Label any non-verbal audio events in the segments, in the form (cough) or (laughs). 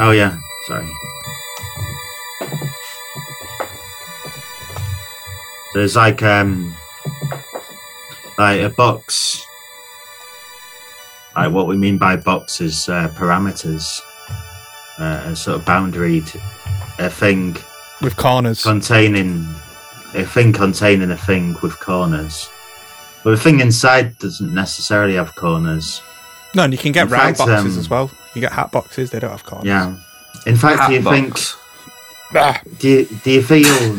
Oh yeah. Sorry. So it's like um like a box. Like what we mean by box is uh, parameters, uh, a sort of boundary, to, a thing with corners. containing a thing containing a thing with corners. But the thing inside doesn't necessarily have corners. No, and you can get In round fact, boxes um, as well. You get hat boxes. They don't have corners. Yeah. In fact, do you think Hatbox. Ah, do you, do you feel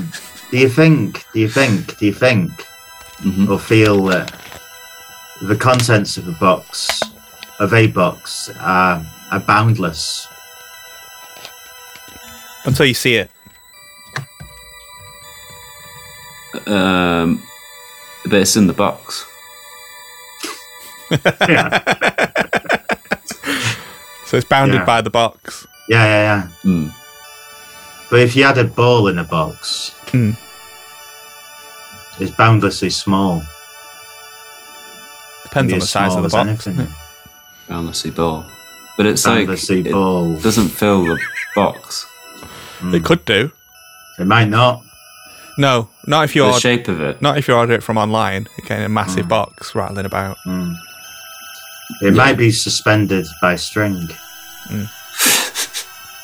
do you think do you think do you think Mhm. Mm-hmm. or feel that the contents of a box of a box are, are boundless until you see it. Um, but it's in the box. yeah So it's bounded Yeah. by the box. yeah yeah, yeah. Mm. but if you had a ball in a box Hmm. it's boundlessly small It can Depends be on as the size small of the as box. anything. doesn't it? Boundlessly ball. But it's like boundlessly it ball doesn't fill the box. mm. It could do. it might not No, not if you The order. shape of it. Not if you order it from online. You get in a massive box rattling about. Mm. it might be suspended by string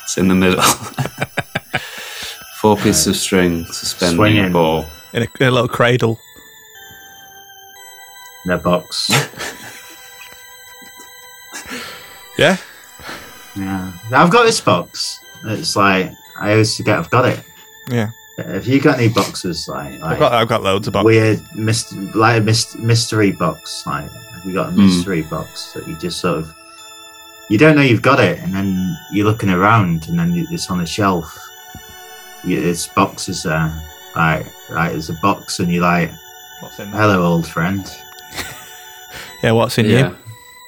It's in the middle. (laughs) Four pieces of string suspending Swinging. a ball. in a, in a little cradle. in a (laughs) box Yeah, Yeah, I've got this box. It's like I always forget I've got it. yeah. Have you got any boxes like I've like got I've got loads of boxes. weird myst- like a myst- mystery box? Like have you got a Hmm. mystery box that you just sort of you don't know you've got it, and then you're looking around, and then it- it's on a shelf. You, it's boxes there. Like like there's a box, and you're like, What's in hello, old friend. Yeah, what's in Yeah.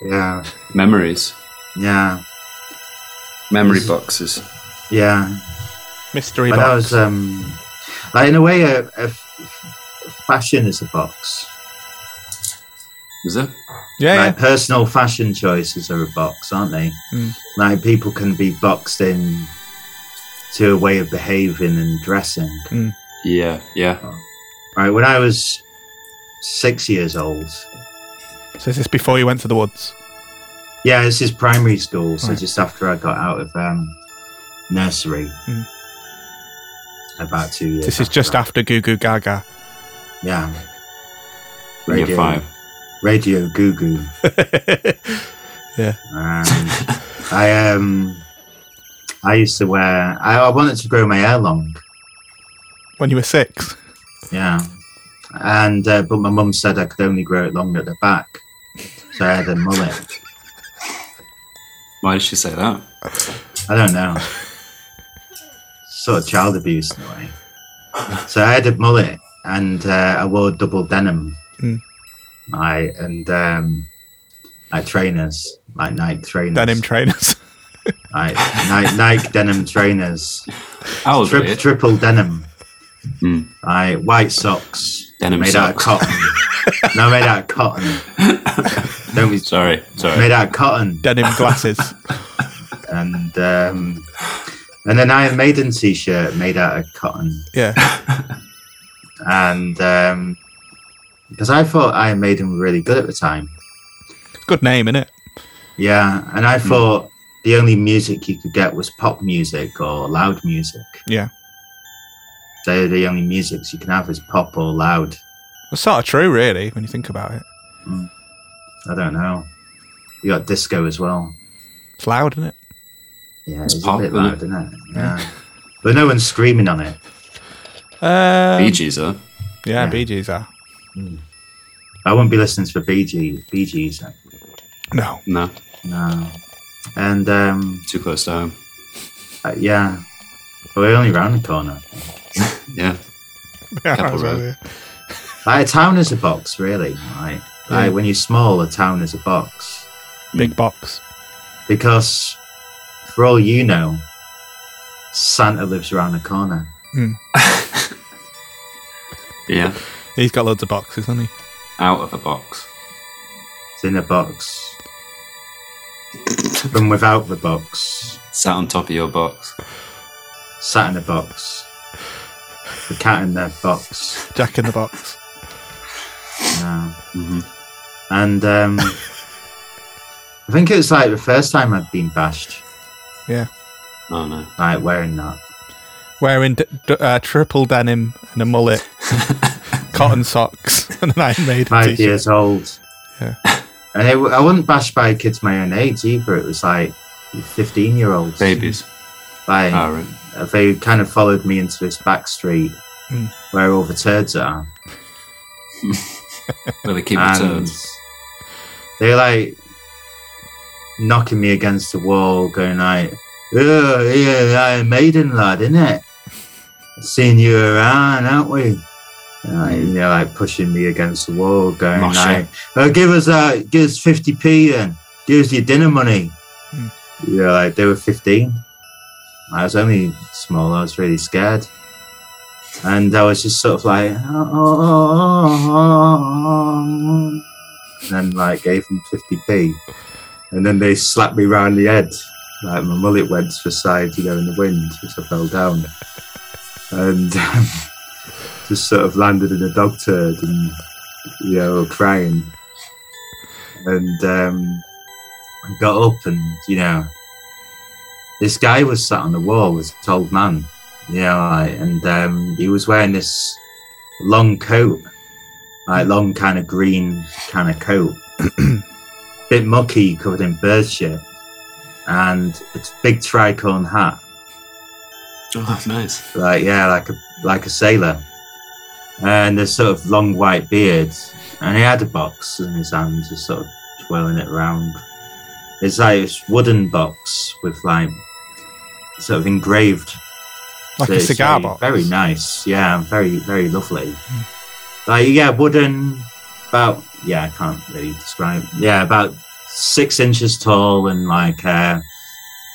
you? Yeah, Memories. yeah, Memory This is- boxes. yeah. Mystery But box. that was um, like in a way, a, a f- fashion is a box. Is it? yeah, like personal fashion choices are a box, aren't they? Mm. Like people can be boxed in to a way of behaving and dressing. Yeah, yeah. Oh, Right, when I was six years old, yeah. So is this before you went to the woods? yeah, this is primary school, so Right. just after I got out of um, nursery, Mm. about two years. This is just after. after Goo Goo Gaga. that. (laughs) yeah, When Radio. you're five. Radio Goo Goo. Um, I um, I used to wear. I, I wanted to grow my hair long. when you were six. Yeah, and uh, but my mum said I could only grow it long at the back, so I had a mullet. Why did she say that? I don't know, sort of child abuse in a way. So I had a mullet, and uh, I wore double denim. Mm. I and um, like trainers, like Nike trainers, Denim trainers. (laughs) like Nike, Nike denim trainers, I was Tri- weird. triple denim. Mm. I white socks. Denim made socks. out of cotton. no, made out of (laughs) cotton. Don't be Sorry, sorry. made out of cotton. Denim (laughs) glasses. And um, and an Iron Maiden t-shirt made out of cotton. Yeah. And because I thought Iron Maiden were really good at the time. Good name, innit? Yeah, and Hmm. I thought the only music you could get was pop music or loud music. Yeah. They're the only musics you can have is pop or loud. It's sort of true, really, when you think about it. I don't know. You got disco as well. It's loud, isn't it? Yeah, It's it's, pop, a bit isn't it? loud, isn't it? Yeah. but no one's screaming on it. Um, Bee Gees, huh? Yeah, Yeah. Bee Gees are. I wouldn't be listening to the Bee Gees. Bee Gees. (laughs) No. No, No. And um, too close to home. uh, yeah, But we're only round the corner. Yeah. Couple row. Like a town is a box, really. Like, Yeah. like when you're small, a town is a box Big box. because, for all you know, Santa lives around the corner. Yeah. He's got loads of boxes, hasn't he? Out of a box. It's in a box. from without the box, Sat on top of your box. sat in the box, the cat in the box, Jack in the box. (laughs) no. hmm Mm-hmm. and um, I think it was like the first time I'd been bashed, Oh no. like wearing that. Wearing d- d- uh, triple denim and (laughs) a mullet, cotton socks, (laughs) and an Iron Maiden five t-shirt. years old. Yeah. And it, I wasn't bashed by kids my own age either. It was like 15 year olds. Babies. Like, All right. they kind of followed me into this back street Oh. Mm. where all the turds are. Well, they keep and returns. they like knocking me against the wall, going like, "Oh yeah, Iron Maiden lad, innit? Seeing you around, aren't we?" And, like, you know, like pushing me against the wall, going Moshe. like, "Oh, give us uh, give us fifty p and give us your dinner money." Mm. Yeah, like they were fifteen. I was only small. I was really scared. And I was just sort of like, "Oh." and then like gave them 50p. And then they slapped me round the head. Like my mullet went to the side, you know, in the wind, which I fell down. And um, (laughs) just sort of landed in a dog turd and, you know, crying. And um, I got up and, you know, this guy was sat on the wall, was an old man. Yeah, right. and um, he was wearing this long coat, like long kind of green kind of coat, (clears throat) bit mucky, covered in bird shit, and it's big tricorn hat, Oh, nice. like yeah, like a like a sailor, and this sort of long white beard, and he had a box in his hand, just sort of twirling it around. It's like this wooden box with like sort of engraved Like so a it's cigar very, box. Very nice. Yeah, very, very lovely. Like, yeah, wooden, about, yeah, I can't really describe. Yeah, about six inches tall and like uh,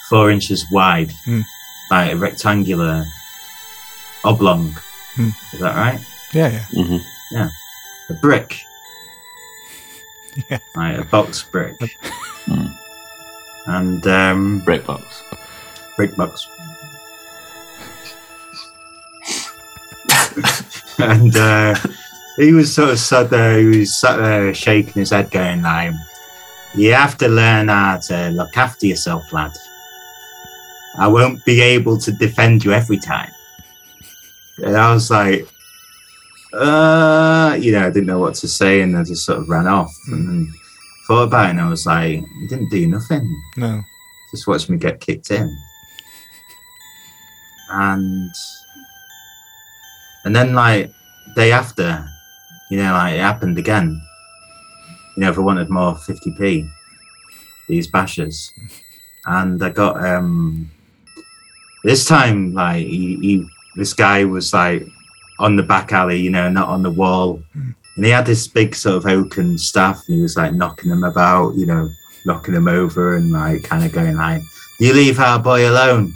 four inches wide. Mm. Like a rectangular oblong. Mm. Is that right? Yeah, yeah. hmm A brick. (laughs) Yeah. Like a box (laughs) brick. Hmm. Mm. And um, Brick box. brick box. (laughs) and uh, he was sort of sat there, he was sat there shaking his head, going like, "You have to learn how to look after yourself, lad. I won't be able to defend you every time." And I was like, "Uh, you know, I didn't know what to say, and I just sort of ran off." And then thought about it, and I was like, "He didn't do nothing." No. just watched me get kicked in. And and then like day after, you know, like it happened again. You know, if I wanted more fifty P these bashes. And I got um this time like he, he this guy was like on the back alley, you know, not on the wall. Mm. And he had this big sort of oaken staff and he was like knocking them about, you know, knocking him over and like kind of going like, "You leave our boy alone."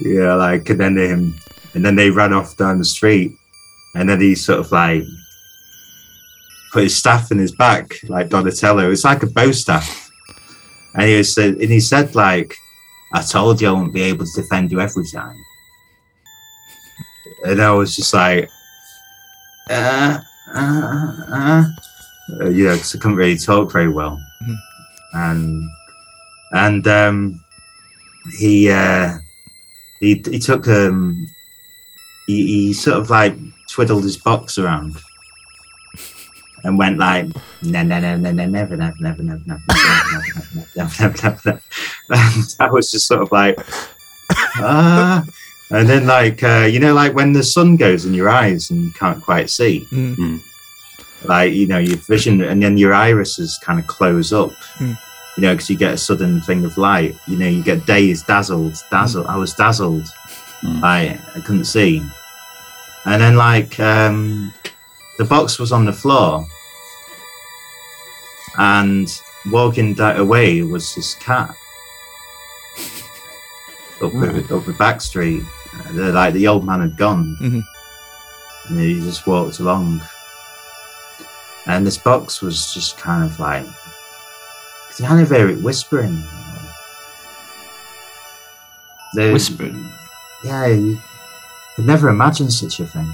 Yeah, like and then him, and then they ran off down the street, and then he sort of like put his staff in his back, like Donatello. It's like a bow staff, and he was and he said like, "I told you I won't be able to defend you every time," and I was just like, uh, uh, uh, uh, you know, 'cause I couldn't really talk very well and and um, he uh, he he took um he, he sort of like twiddled his box around and went like no no no no no never never never never never never never never never never never never and I was just sort of like ah and then like uh, you know like when the sun goes in your eyes and you can't quite see Mm. (laughs) like you know your vision and then your irises kind of close up Hmm. you know because you get a sudden thing of light you know you get dazed dazzled dazzled i was dazzled Hmm. I, I couldn't see and then like um the box was on the floor and walking that away was this cat (laughs) up, Right. the, up the back street the, like the old man had gone Mm-hmm. Mhm. and he just walked along and this box was just kind of like Because you kind of hear it whispering. The- Mm-hmm. Whispering. Yeah, you could never imagine such a thing.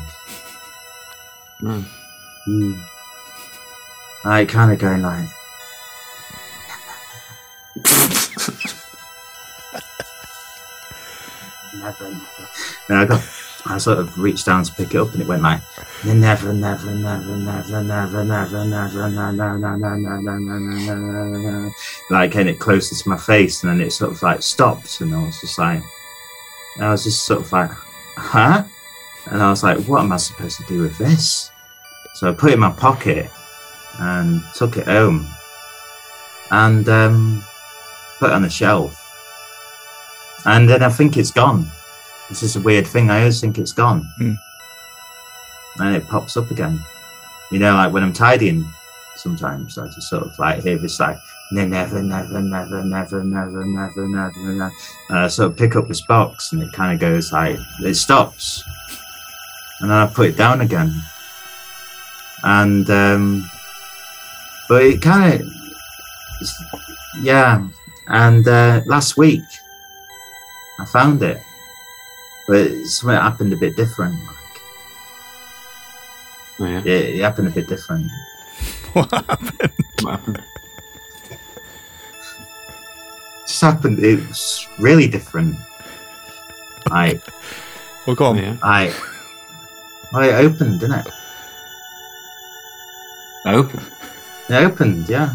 No. You, Hmm. I kind of go like, never, never. Then I got, I sort of reached down to pick it up, and it went like, never, never, never, never, never, never, never, na na na na na na na na na na na. Like, and it closer to my face, and then it sort of like stopped, and I was just like, I was just sort of like, huh? And I was like, what am I supposed to do with this? So I put it in my pocket and took it home and um, put it on the shelf. And then I think it's gone. This is a weird thing. I always think it's gone. Hmm. And it pops up again. You know, like when I'm tidying sometimes, I just sort of like hear this like, never, never, never, never, never, never, never, never and I sort of pick up this box and it kind of goes like it stops, and then I put it down again, and um, but it kind of yeah, and uh, last week I found it, but something happened a bit different. Like, Oh, yeah. it, it happened a bit different. What happened? What happened? It just happened. It was really different. Like Well, go Oh, on. yeah. I, I opened, didn't it? I opened It opened, yeah.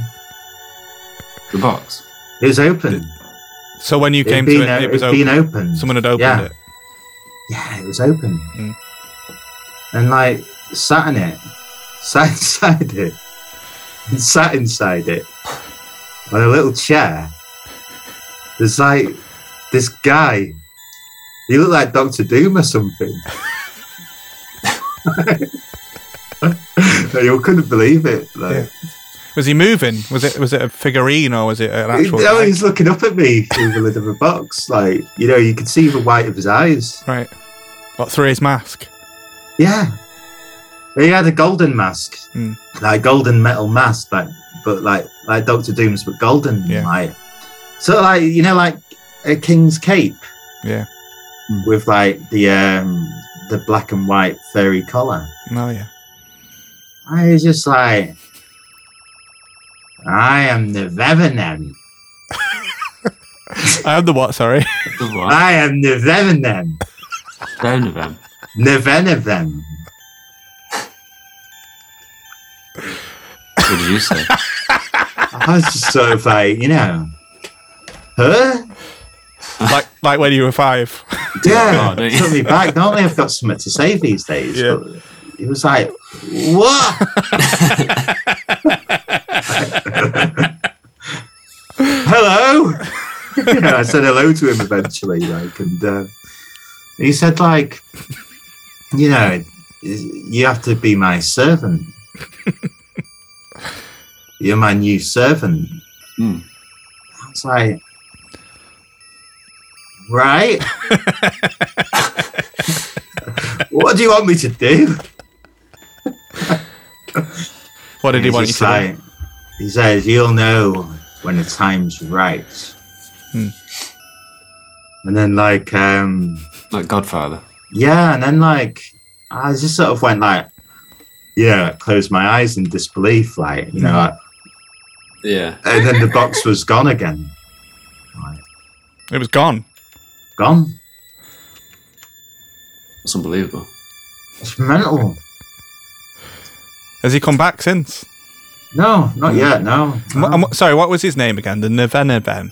the box. It was open. So when you It had came been, to it, it was it'd open. been open. Someone had opened Yeah. it. Yeah, it was open. Mm. And like sat in it, sat (laughs) inside it, and sat inside it on a little chair. There's like this guy. He looked like Doctor Doom or something. (laughs) you couldn't believe it. Like, Yeah. Was he moving? Was it was it a figurine or was it an actual? Now guy? oh, he's looking up at me through the lid of a box. Like, you know, you could see the white of his eyes. Right. What through his mask? Yeah. He had a golden mask. Hmm. Like golden metal mask, like but like like Doctor Doom's but golden. Yeah. Like so like you know, like a king's cape. Yeah. Hmm. With like the um the black and white fairy collar. Oh yeah. I was just like I am the Revenant. I am the what? Sorry. The what? I am the Revenant. Down of them. The Venom. What did you say? (laughs) I was just sort of like, you know, huh? like like when you were five. (laughs) Yeah, God, Oh, don't you? took me back. Normally, I've got something to say these days. Yeah. But it was like, what? (laughs) hello. You know, I said hello to him eventually, like, and uh, he said, like, you know, you have to be my servant. You're my new servant. Hmm. I was like, right? what do you want me to do? What did he He's want you just to do? like- He says, You'll know when the time's right. Hmm. And then, like, um, Like Godfather. yeah, and then, like, I just sort of went, like, yeah, closed my eyes in disbelief, like, you know, like, Hmm. Yeah. and then the box was gone again. Like, It was gone. gone. It's unbelievable. It's mental. Has he come back since? No, not yet, no. And what- and what- sorry, what was his name again? The Nevena Ben.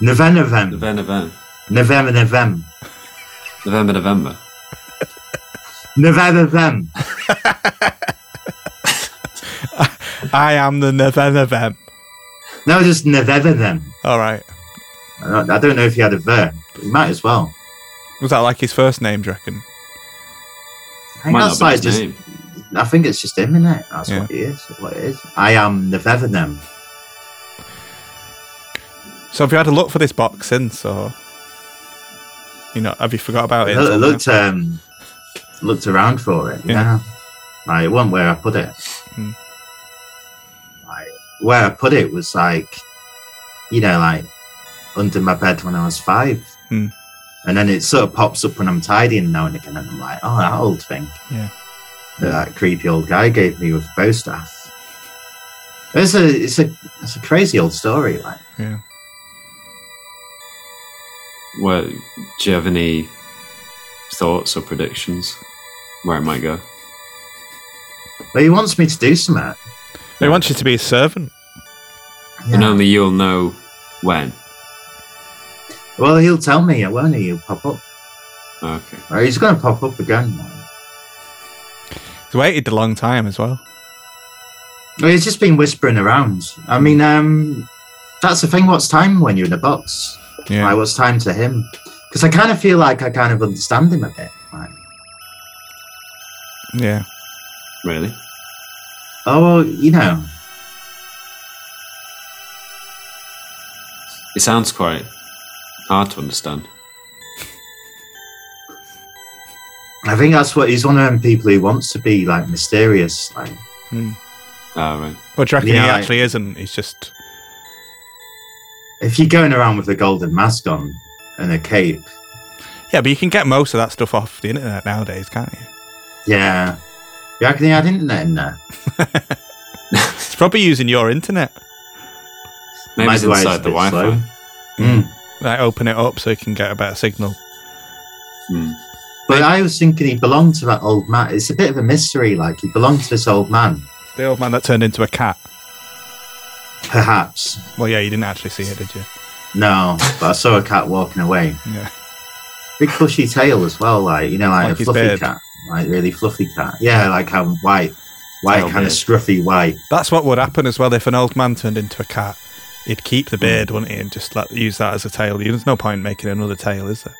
Nevenavem. November, November. November, November. November, November. November, them. I am the Nevena Ben. No, just November, them. All right. I don't- I don't know if he had a verb. He might as well. Was that like his first name? Do you reckon? I think, Might not that's be like his just, name. I think it's just him, innit? That's Yeah. what it is. What it is. I am November, them. So have you had a look for this box since, or you know, have you forgot about I it? loo- I looked, um, looked around for it. Yeah. Yeah. Like, it wasn't where I put it. Hmm. Like, where I put it was like, you know, like under my bed when I was five. Hmm. And then it sort of pops up when I'm tidying now and again, and I'm like, oh, that old thing. Yeah. That, that creepy old guy gave me with bow staff. It's a, it's a, it's a crazy old story. Like, Yeah. Well, do you have any thoughts or predictions where it might go? but he wants me to do something. They want you to be a servant. And only you'll know when. Well, he'll tell me, won't he? He'll pop up. Okay. Or he's going to pop up again. Like. They waited a long time as well. Well, It's just been whispering around. I mean, um, that's the thing. What's time when you're in a box? Yeah. Like, what's time to him? Because I kind of feel like I kind of understand him a bit. Like, Yeah. Really? oh, well, you know, It sounds quite hard to understand. I think that's what he's one of them people who wants to be like mysterious. Like, Ah, right. Well, do you reckon Yeah, he I- actually isn't? He's just. if you're going around with a golden mask on and a cape, Yeah, but you can get most of that stuff off the internet nowadays, can't you? (laughs) yeah, you reckon he had internet in there? It's probably using your internet. Maybe it's Might be why it's inside a the bit Wi slow. Fi. Mm. Like, open it up so you can get a better signal. Hmm. But I was thinking he belonged to that old man. It's a bit of a mystery. Like, he belonged to this old man, The old man that turned into a cat. perhaps. Well, yeah, you didn't actually see it, did you? No, but I saw a cat walking away. Yeah. big bushy tail as well, like you know, like, Like a his fluffy beard. cat, like really fluffy cat. Yeah, like um, white, white Tail kind of beard. scruffy white. That's what would happen as well if an old man turned into a cat. He'd keep the Mm. beard, wouldn't he, and just let, use that as a tail. There's no point making another tail, is there?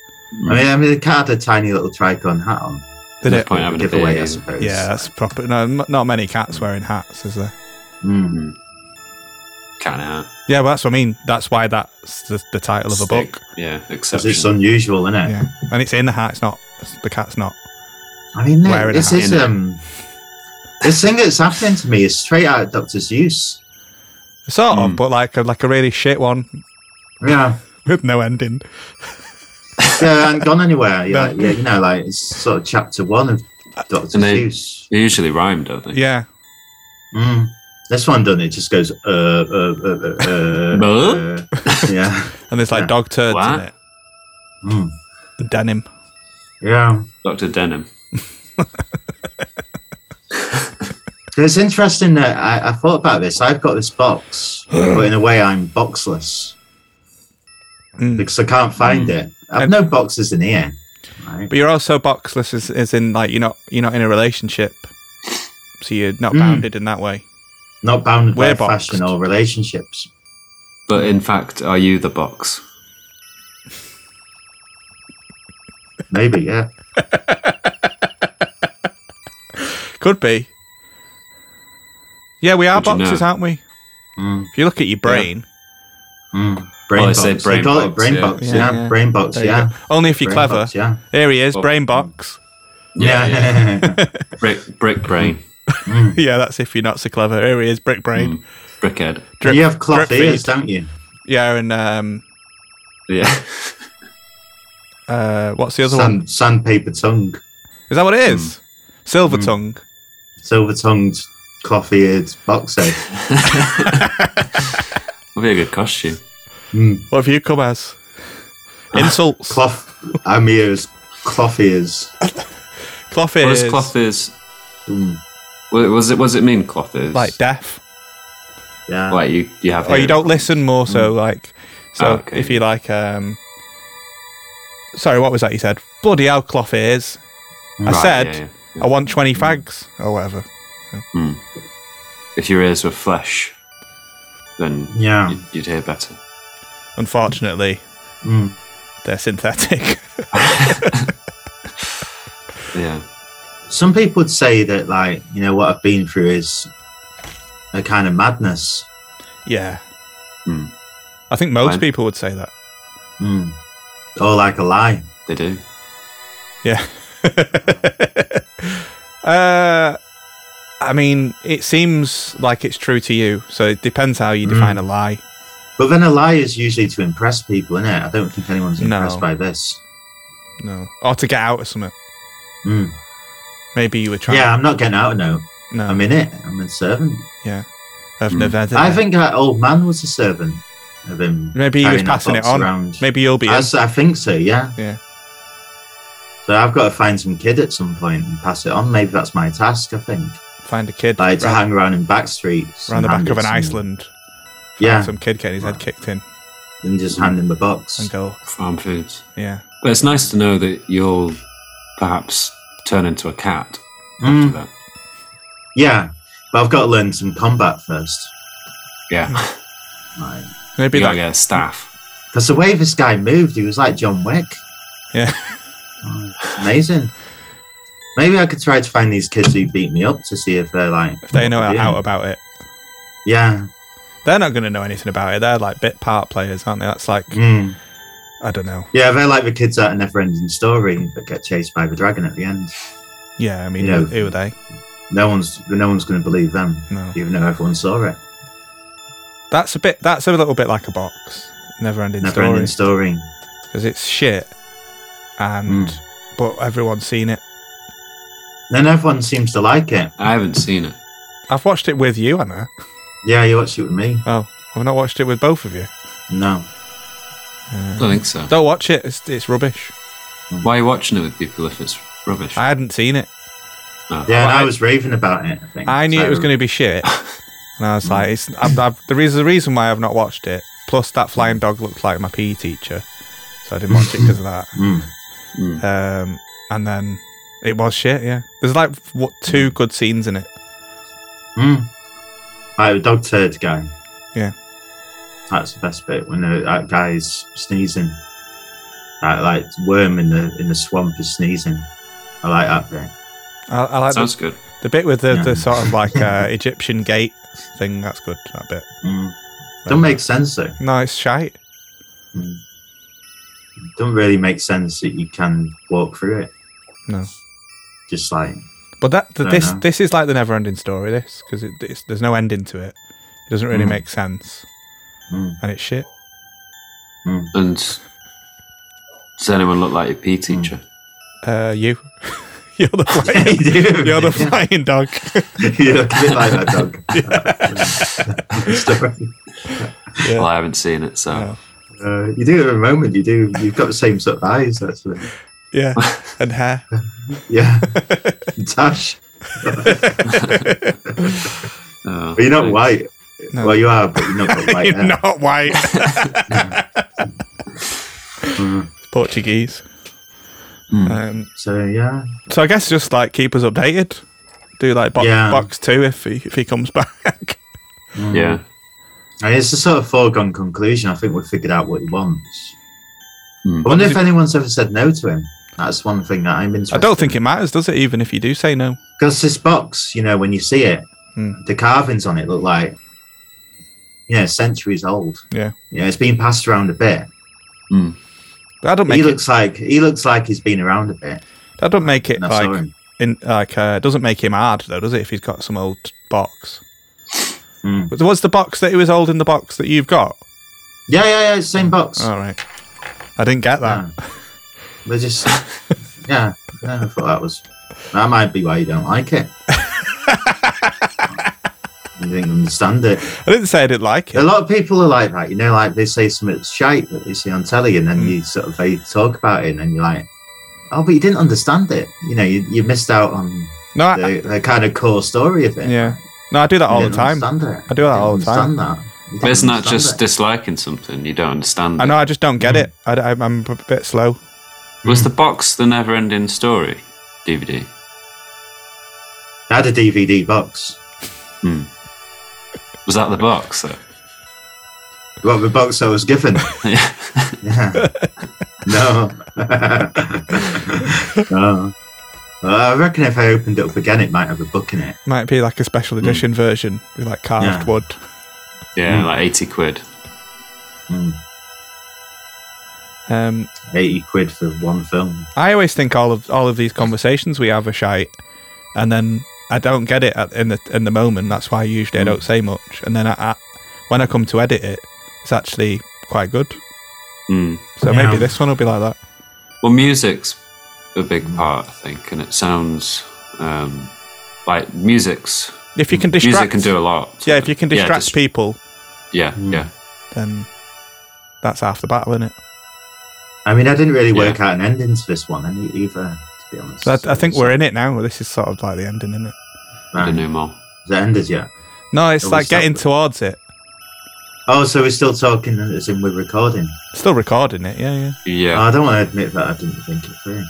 I mean, Mm. I mean, the cat had a tiny little tricorn hat on. Did No it? point having Mm. a giveaway, beard I either. suppose. Yeah, that's proper. No, m- not many cats wearing hats, is there? Mm. Cat out. Yeah, well, that's what I mean. That's why that's the, the title of a Stick. book. Yeah, 'Cause exception. it's unusual, isn't it? Yeah, and it's in the hat. It's not the cat's not. I mean, Wearing no, a this hat, is innit? um, this thing that's happening to me is straight out of Doctor Zeus. Sort of, Mm. but like a, like a really shit one (laughs) Yeah, with no ending. yeah, I haven't gone anywhere. No. Yeah, yeah, you know, like it's sort of chapter one of Doctor And they- Zeus. They usually rhyme, don't they? Yeah, Mm. This one done it just goes uh uh uh uh, (laughs) uh, Buh? uh yeah and there's like Yeah. dog turds What? in it, mm. and denim. yeah. Dr. Denham. It's interesting that I, I thought about this. I've got this box, but in a way, I'm boxless Mm. because I can't find it. I've no boxes in here. Right? But you're also boxless, as, as in like you're not you're not in a relationship, so you're not Mm. bounded in that way. Not bound by We're boxed. fashion or relationships. But in fact, are you the box? Maybe, yeah. Could be. Yeah, we are Would you boxes, know? aren't we? Mm, If you look at your brain, mm. Brain Well, they box. say Oh, brain they call box, it brain yeah. box. Yeah, Yeah, yeah. brain box. there you yeah. go. only if you're Brain clever. box, yeah. Here he is, Box. brain box. Yeah. Brick, (laughs) brick brain. yeah, that's if you're not so clever. Here he is, brick brain. Brickhead. (laughs) Drip- you have cloth drip ears, feed. don't you? Yeah, and um, (laughs) Yeah. uh, what's the other one? Sand, sandpaper tongue, Is that what it is? Silver tongue. silver tongued, cloth eared box head. Would be a good costume. What have you come as? Insults. Cloth, I'm ears, cloth ears. cloth What ears. is cloth is? Mm, wa- Was it? Was it mean cloth is? Like deaf. yeah. Like you? You have. Or you ear- don't listen more so like so Mm. Ah, Okay. if you like um sorry, what was that you said? Bloody hell cloth ears. I Right, said yeah, yeah, yeah. I want twenty fags or whatever. If your ears were flesh, then Yeah. you'd, you'd hear better. Unfortunately, Mm. they're synthetic. (laughs) Yeah. some people would say that like you know what i've been through is a kind of madness yeah. Hmm. I think most Fine. people would say that. mm. or like a lie They do. Yeah. (laughs) uh I mean, it seems like it's true to you, so it depends how Mm. you define a lie. But then a lie is usually to impress people, isn't it? I don't think anyone's No. impressed by this. No, or to get out of something. Mm. Maybe you were trying. Yeah, I'm not getting out of no. no, I'm in it. I'm a servant. of Mm. Nevada. I think that old man was a servant of him. maybe he was carrying that passing it box on. Around. Maybe you'll be. I, in. s- I think so, yeah. Yeah. So I've got to find some kid at some point and pass it on. Maybe that's my task, I think. find a kid Like to round, hang around in back streets. round the and hand back of it an some- Iceland. find Yeah. some kid getting his head kicked in And just hand him the box. and go. farm foods. Yeah, But it's nice to know that you'll perhaps turn into a cat Hmm. Mm, after that. yeah. But I've got to learn some combat first. Yeah, (laughs) Like, maybe you gotta Hmm. like get a staff. Because the way this guy moved, he was like John Wick. Yeah. Oh, it's amazing. Maybe I could try to find these kids who beat me up to see if they're like. if they know Yeah. out about it, Yeah. they're not going to know anything about it. They're like bit part players, aren't they? That's like Mm. I don't know. Yeah, they're like the kids out of Never Ending Story that get chased by the dragon at the end. Yeah, I mean, Yeah. who, who are they? No one's no one's going to believe them, No, even though everyone saw it. that's a bit. That's a little bit like a box. Never-ending Never story. Ending Story. because it's shit, and Hmm. but everyone's seen it. Then everyone seems to like it. I haven't seen it. I've watched it with you, Anna. Yeah, you watched it with me. Oh, I've not watched it with both of you. No. I Uh, don't think so. don't watch it. It's, it's rubbish. Why are you watching it with people if it's rubbish? I hadn't seen it. No. Yeah, and Oh, I- I was raving about it. I think I knew it was going to. to (laughs) be shit, and I was like, it's, I've, I've, "There is a reason why I've not watched it." Plus, that flying dog looked like my PE teacher, so I didn't watch it because of that. (laughs) Mm. Mm. Um, and then it was shit. Yeah, there's like what two good scenes in it. Mm. Like the dog turd guy. Yeah. That's the best bit when the, that guy's sneezing. That like worm in the in the swamp is sneezing. I like that bit. I, I like the, Sounds good. the bit with the, Yeah. the sort of (laughs) like uh, Egyptian gate thing. That's good. That bit. Mm. Don't make sense though. No, it's shite. Don't really make sense that you can walk through it. No. Just like (laughs) But that th Don't this know. this is like the never-ending story. This because it, it's, there's no ending to it. It doesn't really Mm. make sense, Mm. and it's shit. And does anyone look like your PE teacher? Uh, you, (laughs) (laughs) you're the you flying, do. you're the Yeah. flying dog. (laughs) you look a bit like that dog. (laughs) Story. Yeah. Well, I haven't seen it, so No. Uh, you do at the moment. You do. You've got the same sort of eyes. Actually, (laughs) Yeah, and hair. (laughs) yeah. Tash, uh, but you're not thanks. white. No. Well, you are, but you're (laughs) not got white. you're hair. not white. (laughs) (laughs) Mm. Portuguese. Mm. Um, So yeah, so I guess just like keep us updated. Do like box, Yeah. box two if he if he comes (laughs) back. Mm. Yeah, And it's a sort of foregone conclusion. I think we've figured out what he wants. Mm. I wonder if anyone's ever said no to him. That's one thing that I'm interested. I don't think it matters, does it? Even if you do say no. because this box, you know, when you see it, Hmm. the carvings on it look like you know centuries old. Yeah. you know, it's been passed around a bit. That don't he make it. looks like he looks like he's been around a bit. That don't make it And I saw like him. in like uh, doesn't make him hard though, does it? If he's got some old box. Mm. But was the box that he was holding the box that you've got? Yeah, yeah, yeah. it's the Oh. Same box. All right. I didn't get that. Yeah. They (laughs) just, yeah, yeah. I thought that was that might be why you don't like (laughs) it. you didn't understand it. I didn't say I didn't like A it. lot of people are like that, you know, like they say something that's shite that they see on telly, and then Mm. you sort of they talk about it, and then you're like, oh, but you didn't understand it. You know, you, you missed out on No, I, the, the kind of core story of it. yeah. No, I do that You all the didn't time. Understand it. I do that all the time. but isn't that just disliking something you don't understand? I it? know. I just don't get it. I, I, I'm a bit slow. Was the box the never-ending story DVD? I had a DVD box. Was that the box? Though? (laughs) What the box I was (laughs) given? yeah. Yeah. no. (laughs) no. Well, I reckon if I opened it up again, it might have a book in it. Might be like a special edition version with like carved Yeah. wood. Yeah, Hmm. like 80 quid. Mm. Um, 80 quid for one film. I always think all of all of these conversations we have are shite, and then I don't get it at, in the in the moment. That's why usually I don't say much, and then I, I when I come to edit it, it's actually quite good. Mm. So Yeah. maybe this one will be like that. Well, music's a big part, I think, and it sounds um, like music's If you can distract, music can do a lot. yeah, if you can distract dist- people, yeah, yeah. then that's half the battle, isn't it? I mean, I didn't really Yeah. work out an ending to this one any- either, to be honest. So I, I think we're in it now. This is sort of like the ending, isn't it? The Right. new mall. Has it ended yet? No, it's Shall we like stop getting it? towards it. Oh, so we're still talking as in we're recording. Still recording it, yeah, yeah. Oh, Yeah. I don't want to admit that I didn't think it through.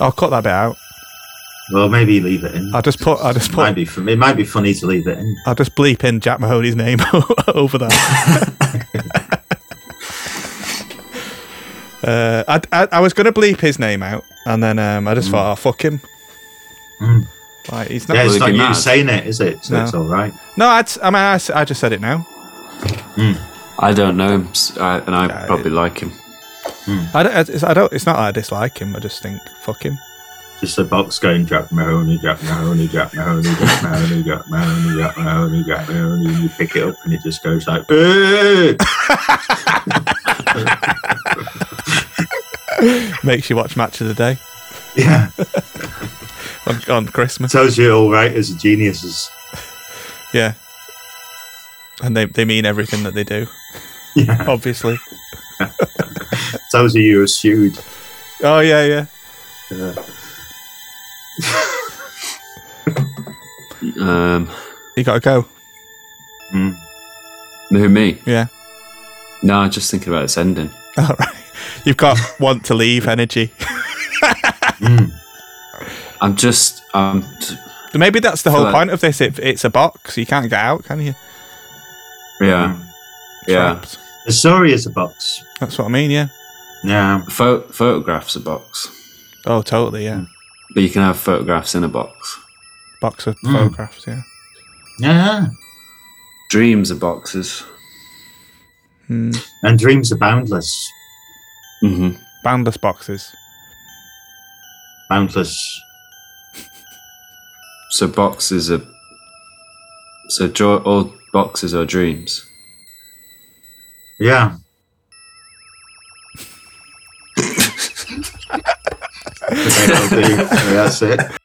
I'll cut that bit out. Well, maybe leave it in. I'll just put- I'll just It might put- be, fun- it might be funny to leave it in. I'll just bleep in Jack Mahoney's name (laughs) over that. (laughs) uh, I, I, I was going to bleep his name out, and then um, I just thought, oh, fuck him. Mm. Like he's not. Yeah, it's really not be you mad. saying it, is it? So No. it's all right. No, I'd, si mean, I, s- I just said it now. I don't know him, s- I- and I Yeah, probably like him. I don't. It's, I don't. It's not that I dislike him. I just think fuck him. Just a box going Jack Mahoney, Jack Mahoney, Jack Mahoney, Jack Mahoney, Jack Mahoney, Jack Mahoney, Jack Mahoney, and you pick it up and it just goes like, "Boo!" Makes you watch match of the day (laughs) yeah, on, on Christmas. tells you all writers are geniuses. Yeah, and they they mean everything that they do. Yeah, Obviously. tells you you're sued. Oh yeah, yeah. Yeah. Um, You gotta go. Mm. who me? Yeah. (laughs) No, I'm just thinking about its ending. All right. You've got want to leave energy. Mm. I'm just um, t- Maybe that's the So whole that- point of this. It, it's a box. You can't get out, can you? yeah, yeah. Trapped. The story is a box. That's what I mean, yeah. Yeah, Pho- photographs a box, Oh, totally, yeah. but you can have photographs in a box. Box of Mm. photographs, yeah. yeah. Dreams are boxes. Mm. And dreams are boundless. hmm Boundless boxes. Boundless. So boxes are. So draw all boxes are dreams. (laughs) Yeah. Okay, that'll do. Yeah, That's it.